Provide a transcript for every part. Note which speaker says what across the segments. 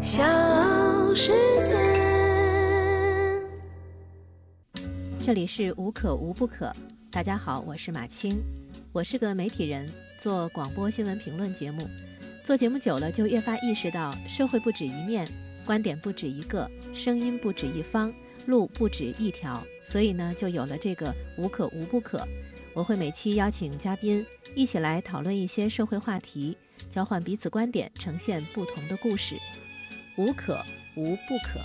Speaker 1: 小世界，
Speaker 2: 这里是无可无不可。大家好，我是马青，我是个媒体人，做广播新闻评论节目。做节目久了，就越发意识到社会不止一面，观点不止一个，声音不止一方，路不止一条。所以呢，就有了这个无可无不可。我会每期邀请嘉宾一起来讨论一些社会话题，交换彼此观点，呈现不同的故事。无可无不可。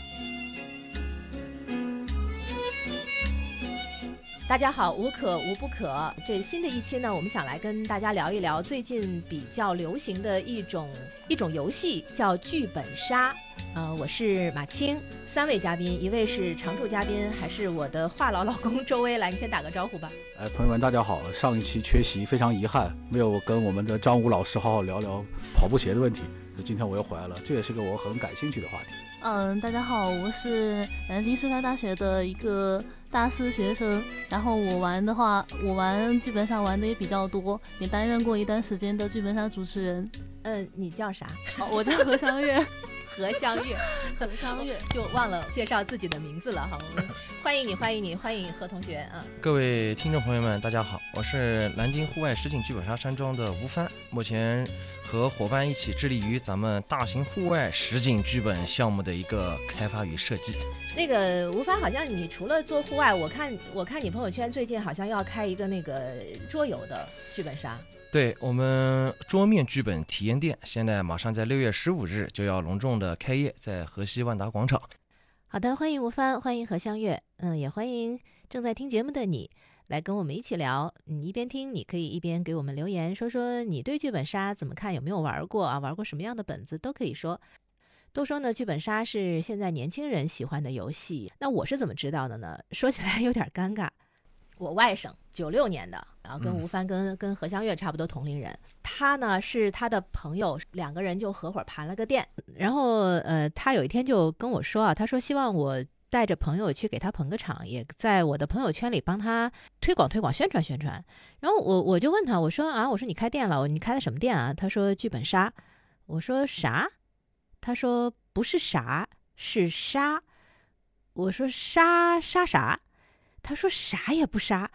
Speaker 2: 大家好，无可无不可。这新的一期呢，我们想来跟大家聊一聊最近比较流行的一种一种游戏，叫剧本杀。呃，我是马青，三位嘉宾，一位是常驻嘉宾，还是我的话痨老公周薇来，你先打个招呼吧。
Speaker 3: 哎，朋友们，大家好！上一期缺席，非常遗憾，没有跟我们的张武老师好好聊聊跑步鞋的问题。就今天我又回来了，这也是个我很感兴趣的话题。
Speaker 4: 嗯，大家好，我是南京师范大学的一个大四学生。然后我玩的话，我玩剧本杀玩的也比较多，也担任过一段时间的剧本杀主持人。
Speaker 2: 嗯，你叫啥？
Speaker 4: 哦、我叫何香月，
Speaker 2: 何香月，
Speaker 4: 何香月。
Speaker 2: 就忘了介绍自己的名字了哈。我们 欢迎你，欢迎你，欢迎何同学啊！
Speaker 5: 各位听众朋友们，大家好，我是南京户外实景剧本杀山庄的吴帆，目前和伙伴一起致力于咱们大型户外实景剧本项目的一个开发与设计。
Speaker 2: 那个吴帆，好像你除了做户外，我看我看你朋友圈最近好像要开一个那个桌游的剧本杀，
Speaker 5: 对我们桌面剧本体验店，现在马上在六月十五日就要隆重的开业，在河西万达广场。
Speaker 2: 好的，欢迎吴帆，欢迎何香月，嗯，也欢迎正在听节目的你，来跟我们一起聊。你一边听，你可以一边给我们留言，说说你对剧本杀怎么看，有没有玩过啊？玩过什么样的本子都可以说。都说呢，剧本杀是现在年轻人喜欢的游戏，那我是怎么知道的呢？ 说起来有点尴尬，我外甥九六年的，然后跟
Speaker 5: 嗯
Speaker 2: 吴帆、跟跟何香月差不多同龄人，他呢是他的朋友，两个人就合伙盘了个店，然后呃，他有一天就跟我说啊，他说希望我带着朋友去给他捧个场，也在我的朋友圈里帮他推广推广、宣传宣传。然后我我就问他，我说啊，我说你开店了，你开的什么店啊？他说剧本杀。我说啥？他说不是啥，是杀。我说杀杀啥？他说啥也不杀，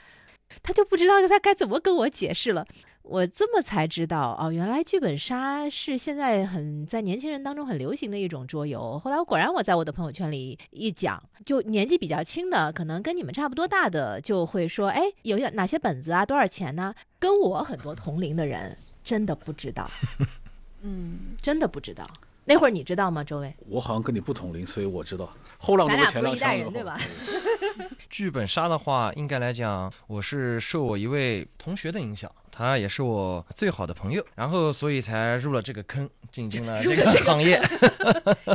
Speaker 2: 他就不知道他该怎么跟我解释了。我这么才知道哦，原来剧本杀是现在很在年轻人当中很流行的一种桌游。后来我果然我在我的朋友圈里一讲，就年纪比较轻的，可能跟你们差不多大的，就会说，哎，有哪些本子啊，多少钱呢、跟我很多同龄的人真的不知 道，
Speaker 4: 嗯，
Speaker 2: 真的不知道。那会儿你知道吗，周薇？
Speaker 3: 我好像跟你不同龄，所以我知道后浪
Speaker 2: 咱
Speaker 3: 都
Speaker 2: 俩
Speaker 3: 前
Speaker 2: 不是
Speaker 3: 浪
Speaker 2: 一代
Speaker 3: 强
Speaker 2: 人
Speaker 3: 的
Speaker 2: 对吧？
Speaker 5: 剧本杀的话，应该来讲，我是受我一位同学的影响，他也是我最好的朋友，然后所以才入了这个坑，进军了
Speaker 2: 入
Speaker 5: 这
Speaker 2: 了
Speaker 5: 个
Speaker 2: 这个
Speaker 5: 行业。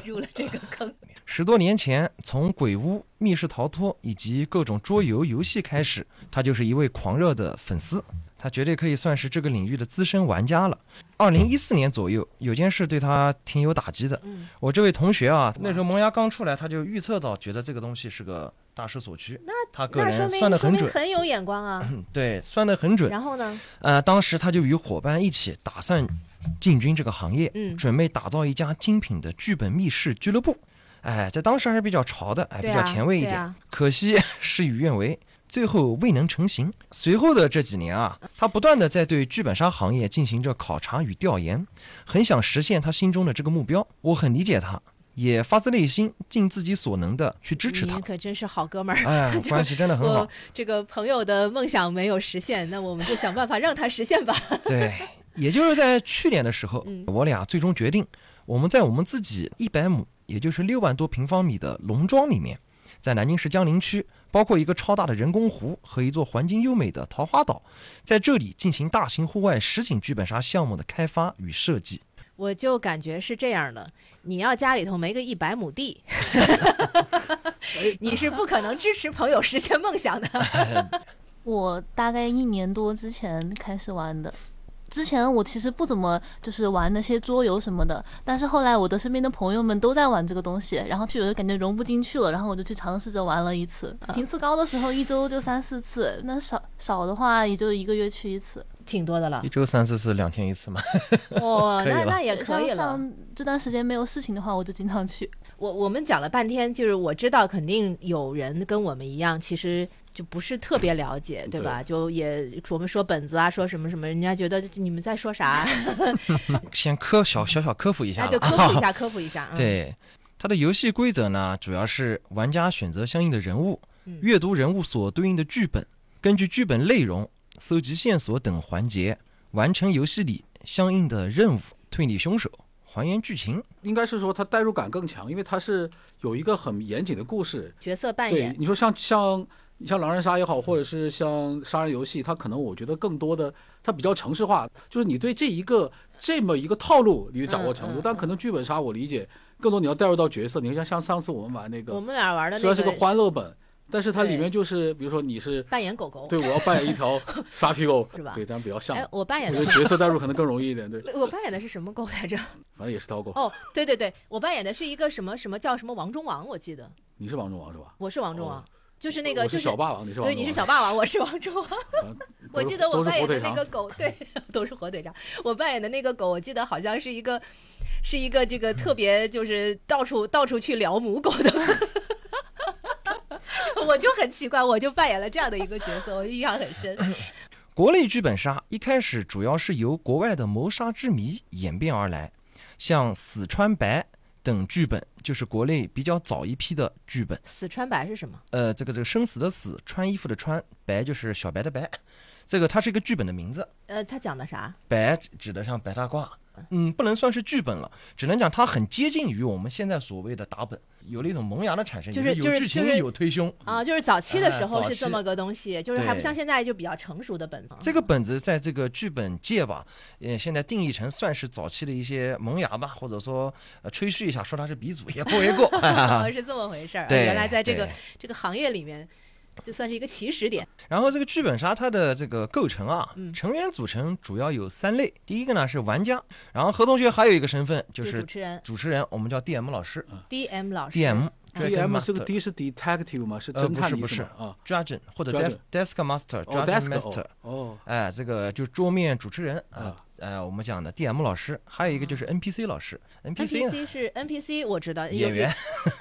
Speaker 2: 入了 这个坑，
Speaker 5: 十多年前，从鬼屋、密室逃脱以及各种桌游游戏开始，他就是一位狂热的粉丝。他绝对可以算是这个领域的资深玩家了。二零一四年左右，有件事对他挺有打击的。
Speaker 2: 嗯，
Speaker 5: 我这位同学啊，那时候萌芽刚出来，他就预测到，觉得这个东西是个大势所趋。那他个
Speaker 2: 那说
Speaker 5: 人
Speaker 2: 明
Speaker 5: 算得
Speaker 2: 说
Speaker 5: 很
Speaker 2: 明
Speaker 5: 准，嗯
Speaker 2: 很有眼光啊。
Speaker 5: 对，算得很准。
Speaker 2: 然后呢？
Speaker 5: 呃，当时他就与伙伴一起打算进军这个行业，
Speaker 2: 嗯
Speaker 5: 准备打造一家精品的剧本密室俱乐部。哎，在当时还是比较潮的，哎，比
Speaker 2: 对
Speaker 5: 较
Speaker 2: 啊
Speaker 5: 前卫一
Speaker 2: 对
Speaker 5: 点。
Speaker 2: 啊
Speaker 5: 可惜事与愿违，最后未能成型。随后的这几年啊，他不断的在对剧本杀行业进行着考察与调研，很想实现他心中的这个目标。我很理解他，也发自内心尽自己所能的去支持他
Speaker 2: 你。可真是好哥们儿。
Speaker 5: 哎， 关系真的很好
Speaker 2: 我。这个朋友的梦想没有实现，那我们就想办法让他实现吧。
Speaker 5: 对，也就是在去年的时候，
Speaker 2: 嗯
Speaker 5: 我俩最终决定，我们在我们自己一百亩，也就是六万多平方米的农庄里面，在南京市江陵区，包括一个超大的人工湖和一座环境优美的桃花岛，在这里进行大型户外实景剧本杀项目的开发与设计。
Speaker 2: 我就感觉是这样的，你要家里头没个一百亩 地，你是不可能支持朋友实现梦 想的。
Speaker 4: 我大概一年多之前开始玩的。之前我其实不怎么就是玩那些桌游什么的，但是后来我的身边的朋友们都在玩这个东西，然后就有的感觉融不进去了，然后我就去尝试着玩了一次。频次高的时候一周就三四次，那少少的话也就一个月去一次。
Speaker 2: 挺多的了
Speaker 5: 一。周三四次，两天一次嘛。
Speaker 2: 哦，
Speaker 5: 可以
Speaker 2: 那
Speaker 5: 了
Speaker 2: 那也可以了。
Speaker 4: 像像这段时间没有事情的话，我就经常去。
Speaker 2: 我我们讲了半天，就是我知道肯定有人跟我们一样，其实就不是特别了解，对吧？就也我们说本子啊，说什么什么，人家觉得你们在说 啥，
Speaker 5: 先科小小小科普一下
Speaker 2: 那就
Speaker 5: 了啊。
Speaker 2: 哎科普一下，科普一下。嗯，
Speaker 5: 对，它的游戏规则呢，主要是玩家选择相应的人物
Speaker 2: 嗯，
Speaker 5: 阅读人物所对应的剧本，根据剧本内容搜集线索等环节，完成游戏里相应的任务，推理凶手，还原剧情。
Speaker 3: 应该是说它代入感更强，因为它是有一个很严谨的故事。
Speaker 2: 角色扮
Speaker 3: 对
Speaker 2: 演，，
Speaker 3: 你说像像你像狼人杀也好，或者是像杀人游戏，它可能我觉得更多的它比较程式化，就是你对这一个这么一个套路你的掌握程
Speaker 2: 嗯
Speaker 3: 度，
Speaker 2: 嗯
Speaker 3: 但可能剧本杀我理解更多你要带入到角色。你看像像上次我们玩那
Speaker 2: 我
Speaker 3: 个，
Speaker 2: 们俩玩的
Speaker 3: 虽
Speaker 2: 那
Speaker 3: 然是个欢乐本，但是它
Speaker 2: 对
Speaker 3: 里面就是比如说你是
Speaker 2: 扮演狗狗，
Speaker 3: 对我要扮演 一条沙皮狗
Speaker 2: 是吧，
Speaker 3: 对，咱比较像
Speaker 2: 哎，，我扮
Speaker 3: 我
Speaker 2: 演
Speaker 3: 觉
Speaker 2: 的
Speaker 3: 得角色代入可能更容易一点，对，
Speaker 2: 我扮演的是什么狗 来着？
Speaker 3: 反正也是条狗。
Speaker 2: 哦，对对对，我扮演的是一个什么什么叫什么王中王，我记得
Speaker 3: 你是王中王是吧？
Speaker 2: 我是王中王，
Speaker 3: 哦
Speaker 2: 就是那个
Speaker 3: 我
Speaker 2: 就是是
Speaker 3: 小霸王，你是王
Speaker 2: 对
Speaker 3: 中王，
Speaker 2: 你是小霸王，我是王 中王。我
Speaker 3: 反正都是
Speaker 2: 记得我
Speaker 3: 都是
Speaker 2: 扮
Speaker 3: 火
Speaker 2: 演的
Speaker 3: 腿
Speaker 2: 那
Speaker 3: 肠
Speaker 2: 个。狗，对，都是火腿肠。我扮演的那个狗，我记得好像是一个，是一个这个特别就是到处到处去撩母狗 的。我就很奇怪，我就扮演了这样的一个角色，我印象很深。
Speaker 5: 国内剧本杀一开始主要是由国外的《谋杀之谜》演变而来，像《死川白》等剧本就是国内比较早一批的剧本。
Speaker 2: 死川白是什么？
Speaker 5: 呃，这个这个生死的死，穿衣服的穿，白就是小白的白，这个它是一个剧本的名字。
Speaker 2: 呃，他讲的啥？
Speaker 5: 白指的像白大褂，嗯，不能算是剧本了，只能讲它很接近于我们现在所谓的打本，有了一种萌芽的产生，
Speaker 2: 就
Speaker 5: 也
Speaker 2: 是
Speaker 5: 是
Speaker 2: 就是
Speaker 5: 有剧情，
Speaker 2: 就是
Speaker 5: 有推凶。
Speaker 2: 啊，就是早期的时
Speaker 5: 哎
Speaker 2: 候
Speaker 5: 早
Speaker 2: 是这
Speaker 5: 期
Speaker 2: 么个东西，就是还不
Speaker 5: 对
Speaker 2: 像现在就比较成熟的本子。
Speaker 5: 这个本子在这个剧本界吧，呃，现在定义成算是早期的一些萌芽吧，或者说呃吹嘘一下，说它是鼻祖也不 为过。
Speaker 2: 啊，是这么回事儿啊。
Speaker 5: 对，
Speaker 2: 原来在这个
Speaker 5: 对
Speaker 2: 这个行业里面，就算是一个起始点。
Speaker 5: 然后这个剧本杀它的这个构成啊
Speaker 2: 嗯，
Speaker 5: 成员组成主要有三类，第一个呢是玩家，然后何同学还有一个身份就
Speaker 2: 主嗯
Speaker 5: 是
Speaker 2: 持人
Speaker 5: 主持人，我们叫 DM 老师
Speaker 2: DM 老师
Speaker 5: ，DM。
Speaker 3: DM 是个 D 是 detective 吗？是
Speaker 5: 呃
Speaker 3: 侦
Speaker 5: 不
Speaker 3: 探
Speaker 5: 是
Speaker 3: 的意
Speaker 5: 不
Speaker 3: 思
Speaker 5: 是
Speaker 3: 吗？啊，
Speaker 5: Dragon 或者
Speaker 3: Dragon
Speaker 5: Desk Desk Master
Speaker 3: 哦
Speaker 5: Dragon
Speaker 3: ，desk
Speaker 5: Master，
Speaker 3: 哦哦，
Speaker 5: 哎，这个就是桌面主持人啊
Speaker 3: 啊，
Speaker 5: 呃，我们讲的 DM 老师，还有一个
Speaker 2: 啊
Speaker 5: 就是 NPC 老师，NPC
Speaker 2: NPC
Speaker 5: 呢
Speaker 2: 是 NPC，我知道有
Speaker 5: 演员，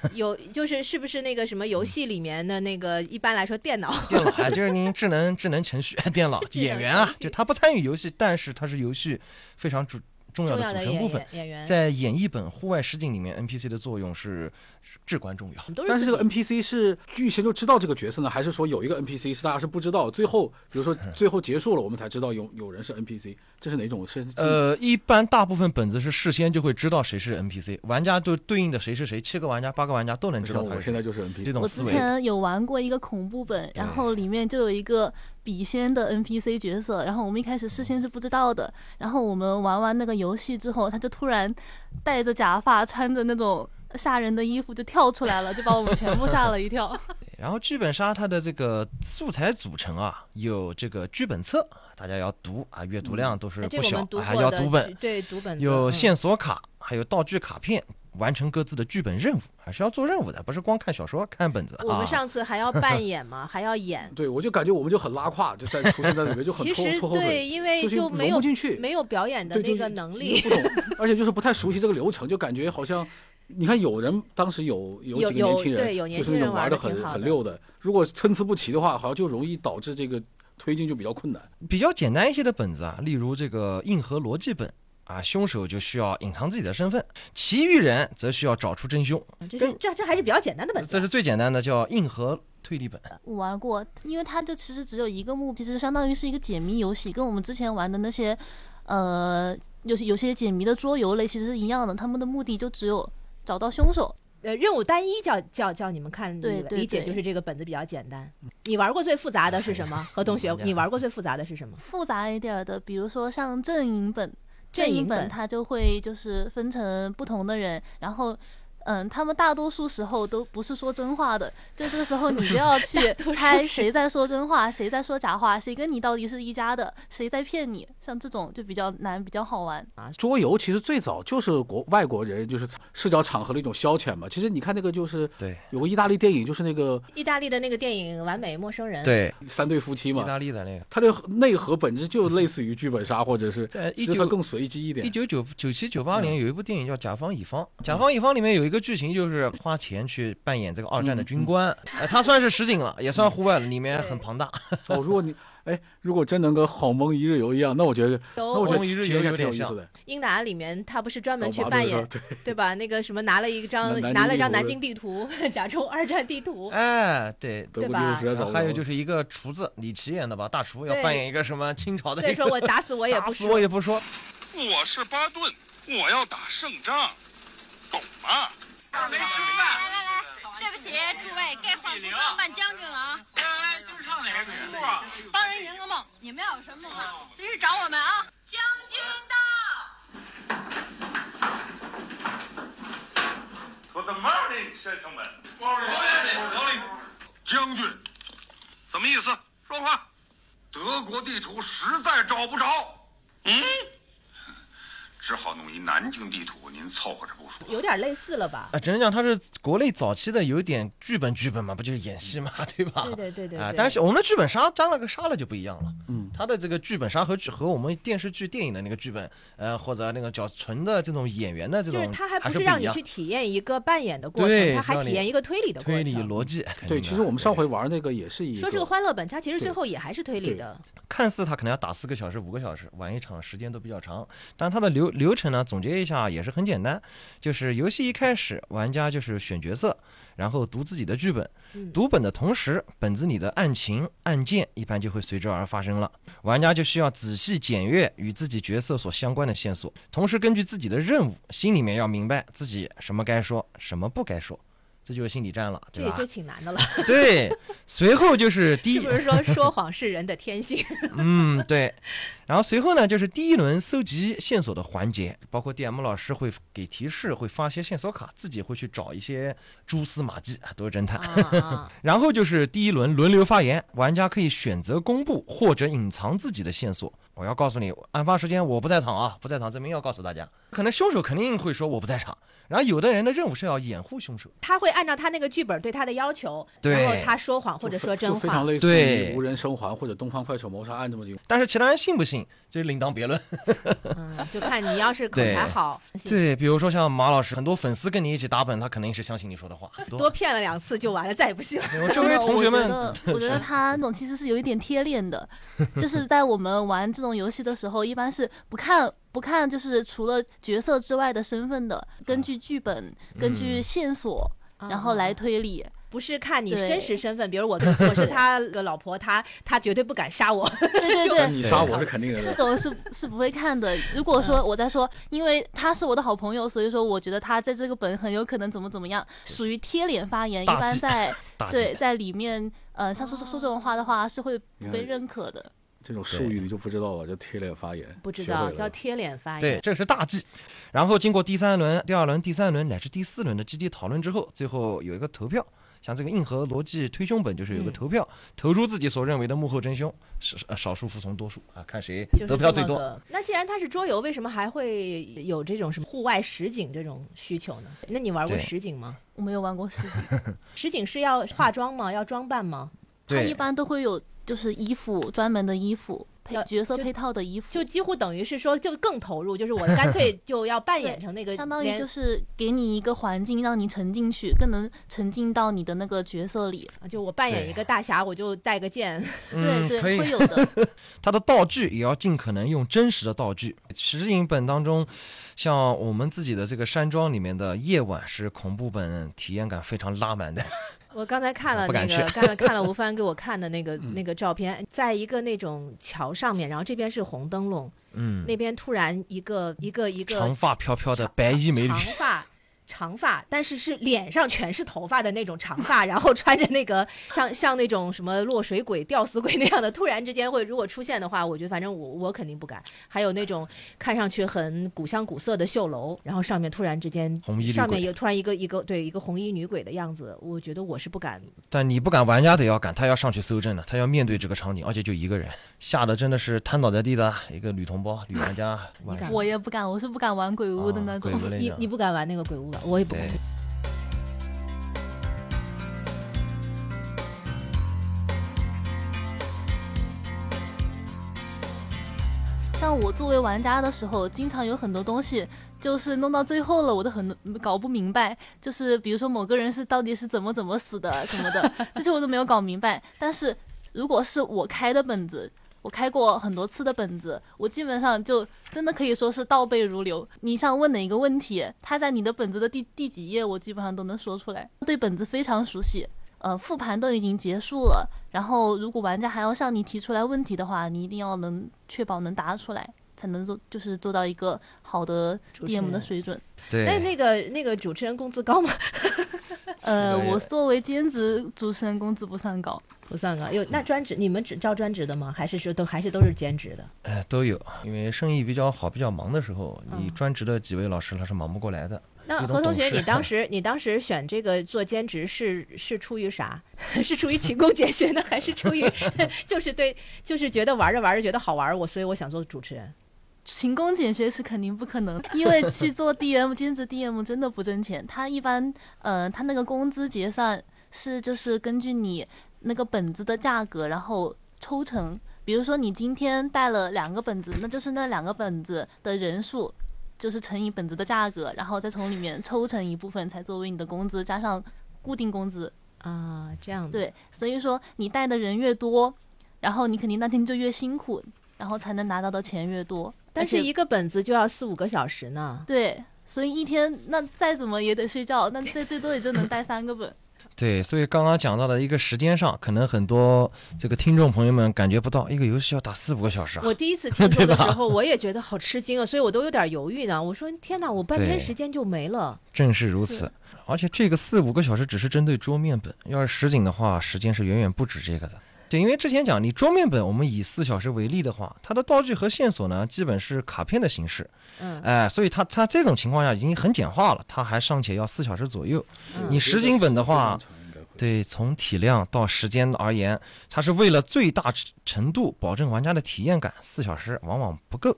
Speaker 5: 嗯
Speaker 2: 有就是是不是那个什么游戏里面的那个一般来说电脑
Speaker 5: 电脑啊，就是您智能智能程序电脑
Speaker 2: 智能
Speaker 5: 演员啊
Speaker 2: 程，序
Speaker 5: 就他不参与游戏，但是他是游戏非常主重要
Speaker 2: 重
Speaker 5: 的
Speaker 2: 要
Speaker 5: 组
Speaker 2: 的
Speaker 5: 成
Speaker 2: 演
Speaker 5: 部分
Speaker 2: 员。演员，
Speaker 5: 在演绎本户外实景里面，NPC 的作用是是至关重要。
Speaker 2: 都
Speaker 3: 但是这
Speaker 2: 自
Speaker 3: 个
Speaker 2: 己
Speaker 3: NPC 是预先就知道这个角色呢，还是说有一个 NPC 是大家是不知道？最后，比如说
Speaker 5: 嗯
Speaker 3: 最后结束了，我们才知道有有人是 NPC，这是哪种？是
Speaker 5: 呃，一般大部分本子是事先就会知道谁是 NPC，玩家就对应的谁是谁，七个玩家、八个玩家都能
Speaker 3: 你
Speaker 5: 知
Speaker 3: 知道
Speaker 5: 道他
Speaker 3: 我
Speaker 5: 是
Speaker 3: 现
Speaker 5: 谁。
Speaker 3: 在就是
Speaker 5: 这
Speaker 3: NPC，
Speaker 5: 种
Speaker 4: 我
Speaker 5: 思
Speaker 4: 之
Speaker 5: 维，
Speaker 4: 前有玩过一个恐怖本，然后里面就有一个笔仙的 NPC 角色，然后我们一开始事先是不知道的，然后我们玩完那个游戏之后，他就突然戴着假发，穿着那种吓人的衣服就跳出来了，就把我们全部吓了一跳。
Speaker 5: 然后剧本杀它的这个素材组成啊，有这个剧本册，大家要读啊，阅读量都是
Speaker 2: 哎这
Speaker 5: 不
Speaker 2: 个我
Speaker 5: 小
Speaker 2: 们读
Speaker 5: 啊，
Speaker 2: 过
Speaker 5: 要
Speaker 2: 的
Speaker 5: 读本
Speaker 2: 剧，对读本子
Speaker 5: 有
Speaker 2: 嗯
Speaker 5: 线索卡，还有道具卡片，完成各自的剧本任务，还是要做任务的，不是光看小说、看本子啊。
Speaker 2: 我们上次还要扮演嘛，还 要演，
Speaker 3: 对我就感觉我们就很拉胯，就在出现在里面就很
Speaker 2: 其
Speaker 3: 拖
Speaker 2: 实
Speaker 3: 拖后
Speaker 2: 对，
Speaker 3: 腿，
Speaker 2: 因为
Speaker 3: 是
Speaker 2: 就没
Speaker 3: 融
Speaker 2: 有
Speaker 3: 不进去，
Speaker 2: 没有表演的
Speaker 3: 对
Speaker 2: 那
Speaker 3: 就
Speaker 2: 个
Speaker 3: 一
Speaker 2: 能
Speaker 3: 一
Speaker 2: 力
Speaker 3: 个，不懂，而且就是不太熟悉这个流程，就感觉好像。你看，有人当时有有
Speaker 2: 有
Speaker 3: 几个
Speaker 2: 有
Speaker 3: 年轻人，
Speaker 2: 对有年
Speaker 3: 就是
Speaker 2: 轻
Speaker 3: 那
Speaker 2: 人
Speaker 3: 种
Speaker 2: 玩
Speaker 3: 玩
Speaker 2: 得
Speaker 3: 得很
Speaker 2: 挺好
Speaker 3: 很
Speaker 2: 的
Speaker 3: 溜的。如果参差不齐的话，好像就容易导致这个推进就比较困难。
Speaker 5: 比较简单一些的本子啊，例如这个硬核逻辑本啊，凶手就需要隐藏自己的身份，其余人则需要找出真凶。
Speaker 2: 这是
Speaker 5: 跟
Speaker 2: 这这还是比较简单的本子
Speaker 5: 这
Speaker 2: 啊，
Speaker 5: 是最简单的，叫硬核推理本。
Speaker 4: 我玩过，因为它就其实只有一个目，其实相当于是一个解谜游戏，跟我们之前玩的那些，呃，有些有些解谜的桌游类其实是一样的，他们的目的就只有找到凶手。
Speaker 2: 呃，任务单一叫叫叫你们看
Speaker 4: 对
Speaker 2: 理
Speaker 4: 对
Speaker 2: 理解
Speaker 4: 对
Speaker 2: 就是这个本子比较简单。
Speaker 5: 嗯
Speaker 2: 你玩过最复杂的是
Speaker 5: 哎
Speaker 2: 什么？何同学，你玩过最复杂的是什么？
Speaker 4: 复杂一点儿的，比如说像阵营本，
Speaker 2: 阵
Speaker 4: 阵
Speaker 2: 营
Speaker 4: 营本
Speaker 2: 本
Speaker 4: 它就会就是分成不同的人，然后嗯，他们大多数时候都不是说真话的，就这个时候你就要去猜谁在说真话，谁在说假话，谁跟你到底是一家的，谁在骗你，像这种就比较难，比较好玩。
Speaker 2: 啊
Speaker 3: 桌游其实最早就是国外国人就是社交场合的一种消遣嘛。其实你看那个就是
Speaker 5: 对
Speaker 3: 有个意大利电影，就是那个
Speaker 2: 意大利的那个电影《完美陌生人》，
Speaker 5: 对，
Speaker 3: 三对夫妻
Speaker 5: 意
Speaker 3: 嘛，
Speaker 5: 大利的那个。
Speaker 3: 它的内核本质就类似于剧本杀，或者是
Speaker 5: 在
Speaker 3: 只是它
Speaker 5: 19
Speaker 3: 更随机一点
Speaker 5: 一。九九九七九八
Speaker 3: 嗯
Speaker 5: 年有一部电影叫《甲方乙方》，《甲方乙方》里面有一个剧情就是花钱去扮演这个二战
Speaker 3: 嗯
Speaker 5: 的军官，呃，他算是实景了，也算户外了，里面很庞大。
Speaker 3: 哦，如果你哎，如果真能跟《好梦一日游》一样，那我觉得那
Speaker 2: 都
Speaker 3: 我觉得
Speaker 5: 好梦一日
Speaker 3: 体验
Speaker 5: 游
Speaker 3: 一下
Speaker 5: 有
Speaker 3: 挺有意
Speaker 5: 点
Speaker 3: 思
Speaker 5: 像
Speaker 3: 的。
Speaker 2: 英达里面他不是专门
Speaker 3: 搞
Speaker 2: 去
Speaker 3: 麻
Speaker 2: 扮
Speaker 3: 醉的时候
Speaker 2: 演
Speaker 3: 对
Speaker 2: 对吧？那个什么拿了一张
Speaker 3: 南南京
Speaker 2: 拿了
Speaker 3: 地
Speaker 2: 一张
Speaker 3: 图
Speaker 2: 南
Speaker 3: 的
Speaker 2: 京地图， 假装二战地图，
Speaker 5: 哎，对。呃
Speaker 3: 德
Speaker 2: 对
Speaker 3: 国就是
Speaker 2: 吧
Speaker 3: 实在找不
Speaker 5: 还有
Speaker 3: 着
Speaker 5: 就是一个厨子，李琦演的吧，大厨要
Speaker 2: 对
Speaker 5: 扮演一个什么清朝的
Speaker 2: 所
Speaker 5: 一
Speaker 2: 以说
Speaker 5: 个，
Speaker 2: 我打死我也
Speaker 5: 打
Speaker 2: 不
Speaker 5: 死我
Speaker 2: 说。
Speaker 5: 也不说。
Speaker 6: 我是巴顿，我要打胜仗，懂吗？
Speaker 7: 没吃饭。来来来，对不起，诸位，该换服装扮将军了啊！来来来，就唱哪个书啊？帮人圆个梦，你们要有什么梦啊？随时找我们啊！将军到。
Speaker 8: Good morning，先生们。将军，什么意思？说话。德国地图实在找不着。嗯，只好弄一南京地图，您凑合着不说。
Speaker 2: 有点类似了吧？
Speaker 5: 啊，只能讲他是国内早期的有一点剧本剧本嘛，不就是演戏嘛，对吧？
Speaker 2: 嗯对对对对
Speaker 5: 啊，
Speaker 2: 对
Speaker 5: 但是我们的剧本杀加了个杀了就不一样了。
Speaker 3: 嗯，
Speaker 5: 他的这个剧本杀和剧和我们电视剧、电影的那个剧本，呃，或者那个叫纯的这种演员的这
Speaker 2: 就
Speaker 5: 种，
Speaker 2: 是他还
Speaker 5: 还
Speaker 2: 不
Speaker 5: 是
Speaker 2: 让你
Speaker 5: 一样
Speaker 2: 去体验一个扮演的过
Speaker 5: 对
Speaker 2: 程，他还
Speaker 5: 让
Speaker 2: 体
Speaker 5: 你
Speaker 2: 验一个推理的过
Speaker 5: 推理
Speaker 2: 程。啊
Speaker 5: 逻辑。哎肯定
Speaker 3: 对，
Speaker 5: 的
Speaker 3: 其实我们上
Speaker 5: 对
Speaker 3: 回玩那个也是一
Speaker 2: 说
Speaker 3: 个
Speaker 2: 这个欢乐本，它其实最
Speaker 3: 对
Speaker 2: 后也还是推理
Speaker 3: 对
Speaker 2: 的。
Speaker 5: 看似他可能要打四个小时、五个小时，玩一场时间都比较长，但它的流流程呢，总结一下也是很简单，就是游戏一开始玩家就是选角色，然后读自己的剧本，读本的同时，本子里的案情、案件一般就会随之而发生了。玩家就需要仔细检阅与自己角色所相关的线索，同时根据自己的任务，心里面要明白自己什么该说，什么不该说。这就是心理战了，
Speaker 2: 这
Speaker 5: 对
Speaker 2: 也
Speaker 5: 吧
Speaker 2: 就？挺难的了，
Speaker 5: 对，随后就是第 一，
Speaker 2: 是不是说说谎是人的天 性？
Speaker 5: 嗯，对。然后随后呢，就是第一轮搜集线索的环节，包括 DM 老师会给提示，会发一些线索卡，自己会去找一些蛛丝马迹，都是侦探。
Speaker 2: 啊，
Speaker 5: 然后就是第一轮轮流发言，玩家可以选择公布或者隐藏自己的线索。我要告诉你，案发时间我不在场啊，不在场，证明要告诉大家。可能凶手肯定会说我不在场，然后有的人的任务是要掩护凶手。
Speaker 2: 他会按照他那个剧本对他的要求，
Speaker 5: 对
Speaker 2: 然后他说谎或者
Speaker 3: 就
Speaker 2: 说
Speaker 3: 非就
Speaker 2: 真
Speaker 3: 非常
Speaker 2: 话。
Speaker 3: 类似
Speaker 5: 对
Speaker 3: 于无人生还或者东方快手谋杀案这么一个。
Speaker 5: 但是其他人信不信，这另当别论。
Speaker 2: 嗯，就看你要是口
Speaker 5: 对
Speaker 2: 才好，信
Speaker 5: 对，比如说像马老师，很多粉丝跟你一起打本，他肯定是相信你说的话。
Speaker 2: 多骗了两次就完了，再也不信了。
Speaker 5: 我周围同学们
Speaker 4: 我觉得，我觉得他那种其实是有一点贴脸的，就是在我们玩这种游戏的时候，一般是不看不看，就是除了角色之外的身份的，根据剧本，根
Speaker 5: 嗯
Speaker 4: 据线索，
Speaker 2: 啊
Speaker 4: 然后来推理。
Speaker 2: 不是看你
Speaker 4: 对
Speaker 2: 真实身份，比如我我是他的老婆，他他绝对不敢杀我。
Speaker 4: 对对对，
Speaker 3: 但你杀我是肯定
Speaker 4: 这
Speaker 3: 的，
Speaker 4: 种是是不会看的。如果说我在说，因为他是我的好朋友，所以说我觉得他在这个本很有可能怎么怎么样，属于贴脸发言，一
Speaker 5: 大
Speaker 4: 般
Speaker 5: 忌
Speaker 4: 在
Speaker 5: 大忌
Speaker 4: 对在里面，呃，像说说这种话的话是会不被
Speaker 3: 嗯
Speaker 4: 认可的。
Speaker 3: 这种术语你就不知道了，就贴脸发言，
Speaker 2: 不知
Speaker 3: 学
Speaker 2: 道
Speaker 3: 会了
Speaker 2: 叫贴脸发言。
Speaker 5: 对，这是大忌。然后经过第三轮、第二轮、第三轮乃至第四轮的集体讨论之后，最后有一个投票。像这个硬核逻辑推凶本，就是有个投票，投出自己所认为的幕后真凶，少呃少数服从多数啊，看谁
Speaker 2: 就是
Speaker 5: 得票
Speaker 2: 这
Speaker 5: 最
Speaker 2: 么
Speaker 5: 多。
Speaker 2: 个。那既然它是桌游，为什么还会有这种什么户外实景这种需求呢？那你玩过
Speaker 5: 对
Speaker 2: 实景吗？
Speaker 4: 我没有玩过实景，
Speaker 2: 实景是要化妆吗？要装扮吗？
Speaker 4: 他一
Speaker 5: 对，
Speaker 4: 般都会有就是衣服专门的衣服，配
Speaker 2: 要
Speaker 4: 角色
Speaker 2: 就
Speaker 4: 配套的衣服，
Speaker 2: 就几乎等于是说，就更投入， 就是我干脆就要扮演成那个连，
Speaker 4: 相当于就是给你一个环境，让你沉进去，更能沉浸到你的那个角色里。
Speaker 2: 啊就我扮演
Speaker 5: 对
Speaker 2: 一个大侠，我就带个剑，
Speaker 5: 嗯，
Speaker 4: 对
Speaker 5: 可
Speaker 4: 对，
Speaker 5: 以
Speaker 4: 会。有 的。
Speaker 5: 它的道具也要尽可能用真实的道具。实景本当中，像我们自己的这个山庄里面的夜晚是恐怖本体验感非常拉满的。
Speaker 2: 我刚才看了
Speaker 5: 不
Speaker 2: 那
Speaker 5: 敢嗯
Speaker 2: 个，看了看了吴帆给我看的那个那个照片，在一个那种桥上面，然后这边是红灯笼，
Speaker 5: 嗯，
Speaker 2: 那边突然一个一个一个
Speaker 5: 长发飘飘的白衣美女
Speaker 2: 长，发长发，但是是脸上全是头发的那种长发， 然后穿着那个 像像那种什么落水鬼、吊死鬼那样的，突然之间会如果出现的话，我觉得反正我我肯定不敢。还有那种看上去很古香古色的绣楼，然后上面突然之间
Speaker 5: 红衣女
Speaker 2: 上面
Speaker 5: 鬼
Speaker 2: 有突然一个一个对一个红衣女鬼的样子，我觉得我是不敢
Speaker 5: 但你不敢，玩家得要敢，他要上去搜证的，他要面对这个场景，而且就一个人，吓得真的是瘫倒在地的一个女同胞、女玩家。晚上
Speaker 2: 敢
Speaker 4: 我也不敢，我是不敢玩鬼屋的
Speaker 5: 啊
Speaker 4: 那种
Speaker 5: 鬼。屋那
Speaker 2: 你
Speaker 5: 种
Speaker 2: 你不敢玩那个鬼屋吧？我也不敢
Speaker 5: 对。
Speaker 4: 像我作为玩家的时候，经常有很多东西就是弄到最后了，我都很搞不明白。就是比如说某个人是到底是怎么怎么死的什么的，这些我都没有搞明白。但是如果是我开的本子，我开过很多次的本子，我基本上就真的可以说是倒背如流。你想问哪一个问题，它在你的本子的第第几页，我基本上都能说出来，对本子非常熟悉。呃，复盘都已经结束了，然后如果玩家还要向你提出来问题的话，你一定要能确保能答出来，才能做就是做到一个好的
Speaker 2: 主持
Speaker 4: DM 的
Speaker 2: 人
Speaker 4: 水准。
Speaker 2: 那
Speaker 5: 对，
Speaker 2: 那个那个主持人工资高吗？
Speaker 4: 呃，
Speaker 5: 对
Speaker 4: 我作为兼职主持人，工资不算高，
Speaker 2: 不算高。有那专职，你们只招专职的吗？还是说都还是都是兼职的？
Speaker 5: 哎，都有，因为生意比较好、比较忙的时候，你
Speaker 2: 嗯
Speaker 5: 专职的几位老师他是忙不过来的。
Speaker 2: 那
Speaker 5: 有种
Speaker 2: 何同学，你
Speaker 5: 懂事
Speaker 2: 当时你当时选这个做兼职是是出于啥？ 是出于勤工俭学呢，还 是出于就是对就是觉得玩着玩着觉得好玩儿，我所以我想做主持人？
Speaker 4: 勤工俭学是肯定不可能的，因为去做 DM 兼职 DM 真的不挣钱。他一般，呃，他那个工资结算是就是根据你那个本子的价格，然后抽成。比如说你今天带了两个本子，那就是那两个本子的人数，就是乘以本子的价格，然后再从里面抽成一部分，才作为你的工资加上固定工资。
Speaker 2: 啊，这样的。
Speaker 4: 对，所以说你带的人越多，然后你肯定那天就越辛苦，然后才能拿到的钱越多。
Speaker 2: 但
Speaker 4: 而
Speaker 2: 是
Speaker 4: 且
Speaker 2: 一个本子就要四五个小时呢。
Speaker 4: 对，所以一天那再怎么也得睡觉，那最最多也就能带三个本。
Speaker 5: 对，所以刚刚讲到的一个时间上，可能很多这个听众朋友们感觉不到，一个游戏要打四五个小时啊。
Speaker 2: 我第一次听说 的时候，我也觉得好吃惊啊，所以我都有点犹豫呢。我说天哪，我半天
Speaker 5: 对
Speaker 2: 时间就没了。
Speaker 5: 正是如此，而且这个四五个小时只是针对桌面本，要是实景的话，时间是远远不止这个的。对，因为之前讲你桌面本，我们以四小时为例的话，它的道具和线索呢，基本是卡片的形式，
Speaker 2: 嗯，
Speaker 5: 哎，所以它它这种情况下已经很简化了，它还尚且要四小时左右。你实景本的
Speaker 3: 嗯
Speaker 5: 话，对，从体量到时间而言，它是为了最大程度保证玩家的体验感，四小时往往不够。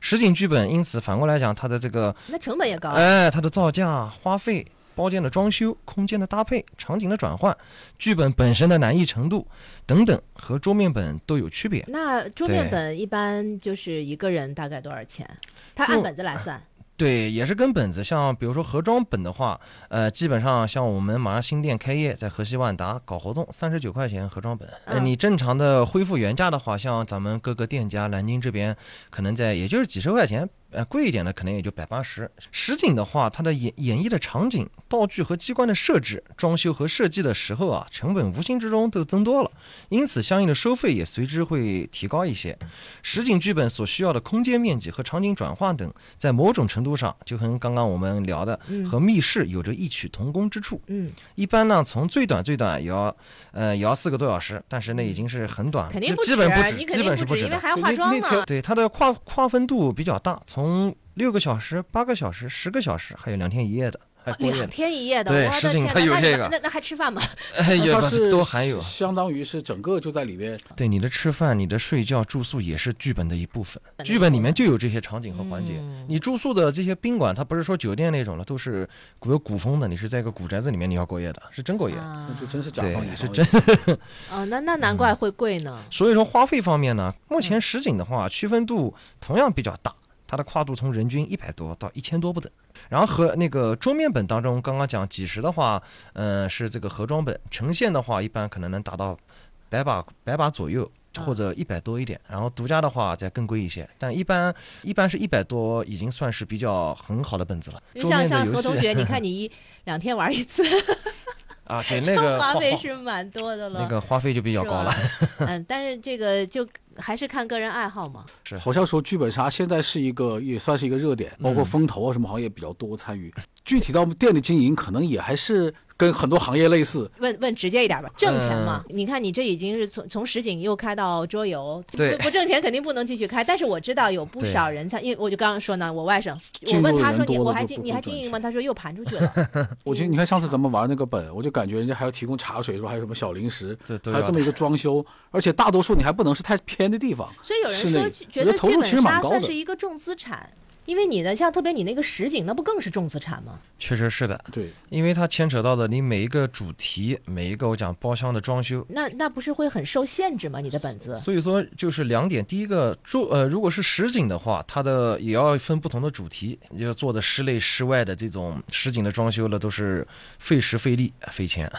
Speaker 5: 实景剧本，因此反过来讲，它的这个
Speaker 2: 那成本也高啊。
Speaker 5: 哎，它的造价、花费、包间的装修、空间的搭配、场景的转换、剧本本身的难易程度等等，和桌面本都有区别。
Speaker 2: 那桌面
Speaker 5: 对
Speaker 2: 本一般就是一个人大概多少钱？他按
Speaker 5: 就
Speaker 2: 本子来算。
Speaker 5: 对，也是跟本子，像比如说盒装本的话，呃，基本上像我们马上新店开业，在河西万达搞活动，三十九块钱盒装本。呃，
Speaker 2: 嗯
Speaker 5: 你正常的恢复原价的话，像咱们各个店家，南京这边可能在也就是几十块钱，呃，贵一点的可能也就百八十。实景的话，它的演演绎的场景、道具和机关的设置、装修和设计的时候啊，成本无形之中都增多了，因此相应的收费也随之会提高一些。实景剧本所需要的空间面积和场景转化等，在某种程度上就跟刚刚我们聊的和密室有着异曲同工之处。
Speaker 2: 嗯，
Speaker 5: 一般呢，从最短最短也要，呃，也要四个多小时，但是那已经是很短，
Speaker 2: 嗯肯
Speaker 5: 基
Speaker 2: 定不止，啊
Speaker 5: 基本不止，
Speaker 2: 你肯
Speaker 5: 基
Speaker 2: 定
Speaker 5: 本是
Speaker 2: 止，
Speaker 5: 止
Speaker 2: 因为
Speaker 5: 的。
Speaker 2: 还要
Speaker 3: 对
Speaker 2: 化
Speaker 3: 那
Speaker 2: 妆
Speaker 3: 那
Speaker 2: 呢
Speaker 3: 条。
Speaker 5: 对它的跨划分度比较大，从六个小时、八个小时、十个小时，还有两天一夜的，还过夜
Speaker 2: 两
Speaker 5: 的，
Speaker 2: 天一夜的，
Speaker 5: 对
Speaker 2: 我的
Speaker 5: 实景
Speaker 2: 天
Speaker 5: 它
Speaker 2: 哪
Speaker 5: 有
Speaker 2: 那你
Speaker 5: 这
Speaker 2: 们
Speaker 5: 个
Speaker 2: 那那还吃饭吗？
Speaker 5: 哎，有
Speaker 3: 它是
Speaker 5: 都含有。
Speaker 3: 相当于是整个就在里面。
Speaker 5: 对你的吃饭、你的睡觉、住宿也是剧本的一部分。
Speaker 2: 本的一嗯
Speaker 5: 剧本里面就有这些场景和环节。你住宿的这些宾馆，它不是说酒店那种了，都是古有古风的。你是在一个古宅子里面，你要过夜的，是真过夜。
Speaker 2: 啊
Speaker 3: 那就真是甲
Speaker 5: 对
Speaker 3: 方乙
Speaker 5: 是
Speaker 3: 方
Speaker 5: 真
Speaker 2: 哦，那那难
Speaker 5: 嗯
Speaker 2: 怪会贵呢。
Speaker 5: 所以说花费方面呢，目
Speaker 2: 嗯
Speaker 5: 前实景的话，区分度同样比较大，它的跨度从人均一百多到一千多不等。然后和那个桌面本当中，刚刚讲几十的话，呃，是这个盒装本呈现的话，一般可能能达到百把百把左右。
Speaker 2: 嗯
Speaker 5: 或者一百多一点，然后独家的话再更贵一些，但一般一般是一百多已经算是比较很好的本子了。
Speaker 2: 因为
Speaker 5: 桌
Speaker 2: 像
Speaker 5: 面
Speaker 2: 像
Speaker 5: 的
Speaker 2: 何
Speaker 5: 游
Speaker 2: 同
Speaker 5: 戏
Speaker 2: 学，你看你一两天玩一次，
Speaker 5: 啊，对那个
Speaker 2: 花
Speaker 5: 花
Speaker 2: 费是蛮多的了。
Speaker 5: 那个花费就比
Speaker 2: 比
Speaker 5: 较高了。
Speaker 2: 嗯，但是这个就还是看个人爱好嘛。
Speaker 5: 是
Speaker 3: 好像说剧本杀现在是一个也算是一个热点，
Speaker 5: 嗯
Speaker 3: 包括风投啊什么行业比较多参与。具体到店里经营，可能也还是跟很多行业类似，
Speaker 2: 问问直接一点吧，挣钱嘛？
Speaker 5: 嗯
Speaker 2: 你看你这已经是从从实景又开到桌游，
Speaker 5: 对
Speaker 2: 不不挣钱肯定不能继续开。但是我知道有不
Speaker 5: 对
Speaker 2: 少人参，因为我就刚刚说呢，我外甥，我
Speaker 3: 进入
Speaker 2: 问他
Speaker 3: 人
Speaker 2: 说你
Speaker 3: 多
Speaker 2: 我
Speaker 3: 了
Speaker 2: 还
Speaker 3: 就
Speaker 2: 经
Speaker 3: 不
Speaker 2: 你
Speaker 3: 会
Speaker 2: 还
Speaker 3: 赚
Speaker 2: 经营
Speaker 3: 钱
Speaker 2: 吗？他说又盘出去了。
Speaker 3: 我觉得你看上次咱们玩那个本，我就感觉人家还要提供茶水，是吧？还有什么小零食
Speaker 5: 这，都
Speaker 3: 还有
Speaker 5: 要
Speaker 3: 这么一个装修，而且大多数你还不能是太偏的地方。
Speaker 2: 所以有人
Speaker 3: 室
Speaker 2: 说
Speaker 3: 内
Speaker 2: 剧觉
Speaker 3: 我觉
Speaker 2: 得
Speaker 3: 得投
Speaker 2: 剧
Speaker 3: 入
Speaker 2: 本
Speaker 3: 其实蛮
Speaker 2: 杀
Speaker 3: 高
Speaker 2: 算是
Speaker 3: 的，
Speaker 2: 一个重资产，因为你的像特别你那个实景，那不更是重资产吗？
Speaker 5: 确实是的，
Speaker 3: 对，
Speaker 5: 因为它牵扯到的你每一个主题，每一个我讲包厢的装修，
Speaker 2: 那那不是会很受限制吗？你的本子
Speaker 5: 所以说就是两点，第一个住呃，如果是实景的话，它的也要分不同的主题，你要做的室内、室外的这种实景的装修了，都是费时费力费钱。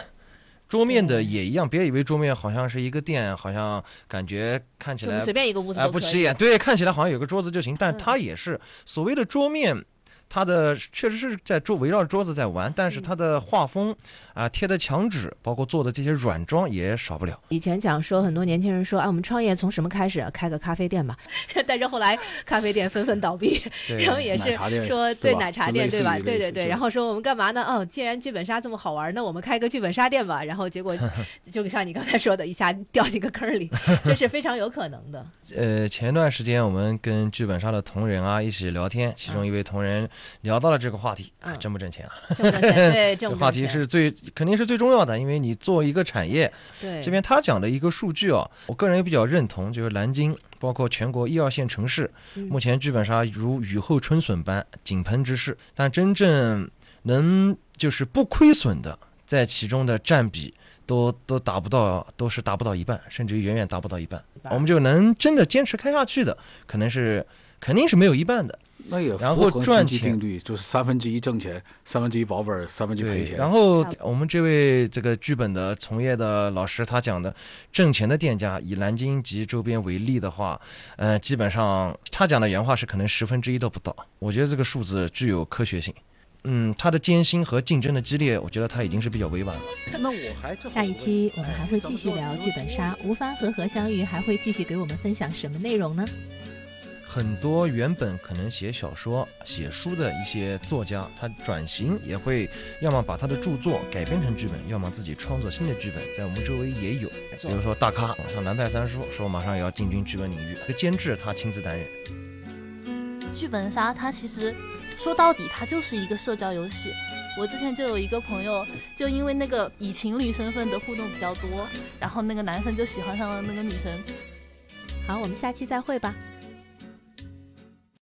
Speaker 5: 桌面的也一样，别以为桌面好像是一个店，好像感觉看起
Speaker 2: 就
Speaker 5: 来
Speaker 2: 是随便一个屋子
Speaker 3: 哎
Speaker 5: 啊
Speaker 2: 都
Speaker 5: 不
Speaker 2: 可
Speaker 5: 起
Speaker 2: 以。
Speaker 5: 眼，对，看起来好像有个桌子就行，但
Speaker 2: 嗯
Speaker 5: 它也是所谓的桌面。它的确实是在桌围绕着桌子在玩，但
Speaker 2: 嗯
Speaker 5: 是它的画风啊、贴的墙纸，包括做的这些软装也少不了。
Speaker 2: 以前讲说很多年轻人说啊，我们创业从什么开始、啊？开个咖啡店吧。 但是后来咖啡店纷纷倒闭，
Speaker 5: 对
Speaker 2: 然后也
Speaker 3: 奶
Speaker 2: 是
Speaker 3: 茶店
Speaker 2: 说对
Speaker 3: 对吧
Speaker 2: 奶茶
Speaker 3: 就
Speaker 2: 店
Speaker 3: 类
Speaker 2: 对
Speaker 3: 似
Speaker 2: 吧？
Speaker 3: 于
Speaker 2: 对
Speaker 3: 类
Speaker 2: 对
Speaker 3: 似
Speaker 2: 对。
Speaker 3: 这
Speaker 2: 然
Speaker 3: 种
Speaker 2: 后说我们干嘛呢？哦，既然剧本杀这么好玩，那我们开个剧本杀店吧。然后 结果就像你刚才说的，一下掉进个坑里，这是非常有可能的。
Speaker 5: 呃，前段时间我们跟剧本杀的同仁啊一起聊天，其中一位同仁聊到了这个话题，啊，
Speaker 2: 嗯
Speaker 5: 挣不挣钱啊？
Speaker 2: 挣不挣钱对，
Speaker 5: 这
Speaker 2: 挣
Speaker 5: 个
Speaker 2: 不
Speaker 5: 话
Speaker 2: 挣
Speaker 5: 题
Speaker 2: 钱
Speaker 5: 是最肯定是最重要的，因为你做一个产业，
Speaker 2: 对
Speaker 5: 这边他讲的一个数据啊，我个人也比较认同，就是南京，包括全国一二线城市，
Speaker 2: 嗯
Speaker 5: 目前剧本杀如雨后春笋般井喷之势，但真正能就是不亏损的，在其中的占比都都达不到，都是达不到一半，甚至于远远达不到一半。我们就能真的坚持开下去的，可能是肯定是没有一半的。
Speaker 3: 那也
Speaker 5: 然
Speaker 3: 符
Speaker 5: 后
Speaker 3: 合
Speaker 5: 赚
Speaker 3: 经济
Speaker 5: 钱
Speaker 3: 定律，就是三分之一挣钱，三分之一保本，三分之一赔钱。
Speaker 5: 然后我们这位这个剧本的从业的老师他讲的，挣钱的店家以南京及周边为例的话，呃，基本上他讲的原话是可能十分之一都不到。我觉得这个数字具有科学性。嗯，他的艰辛和竞争的激烈，我觉得他已经是比较委婉了。
Speaker 3: 那我还正好
Speaker 2: 下一期我们还会继续
Speaker 3: 哎咱
Speaker 2: 聊
Speaker 3: 们就
Speaker 2: 剧本杀，吴帆和何香玉还会继续给我们分享什么内容呢？
Speaker 5: 很多原本可能写小说、写书的一些作家，他转型也会要么把他的著作改编成剧本，要么自己创作新的剧本，在我们周围也有。比如说大咖，像南派三叔说马上也要进军剧本领域，这个监制他亲自担任。
Speaker 4: 剧本杀它其实说到底，它就是一个社交游戏。我之前就有一个朋友，就因为那个以情侣身份的互动比较多，然后那个男生就喜欢上了那个女生。
Speaker 2: 好，我们下期再会吧，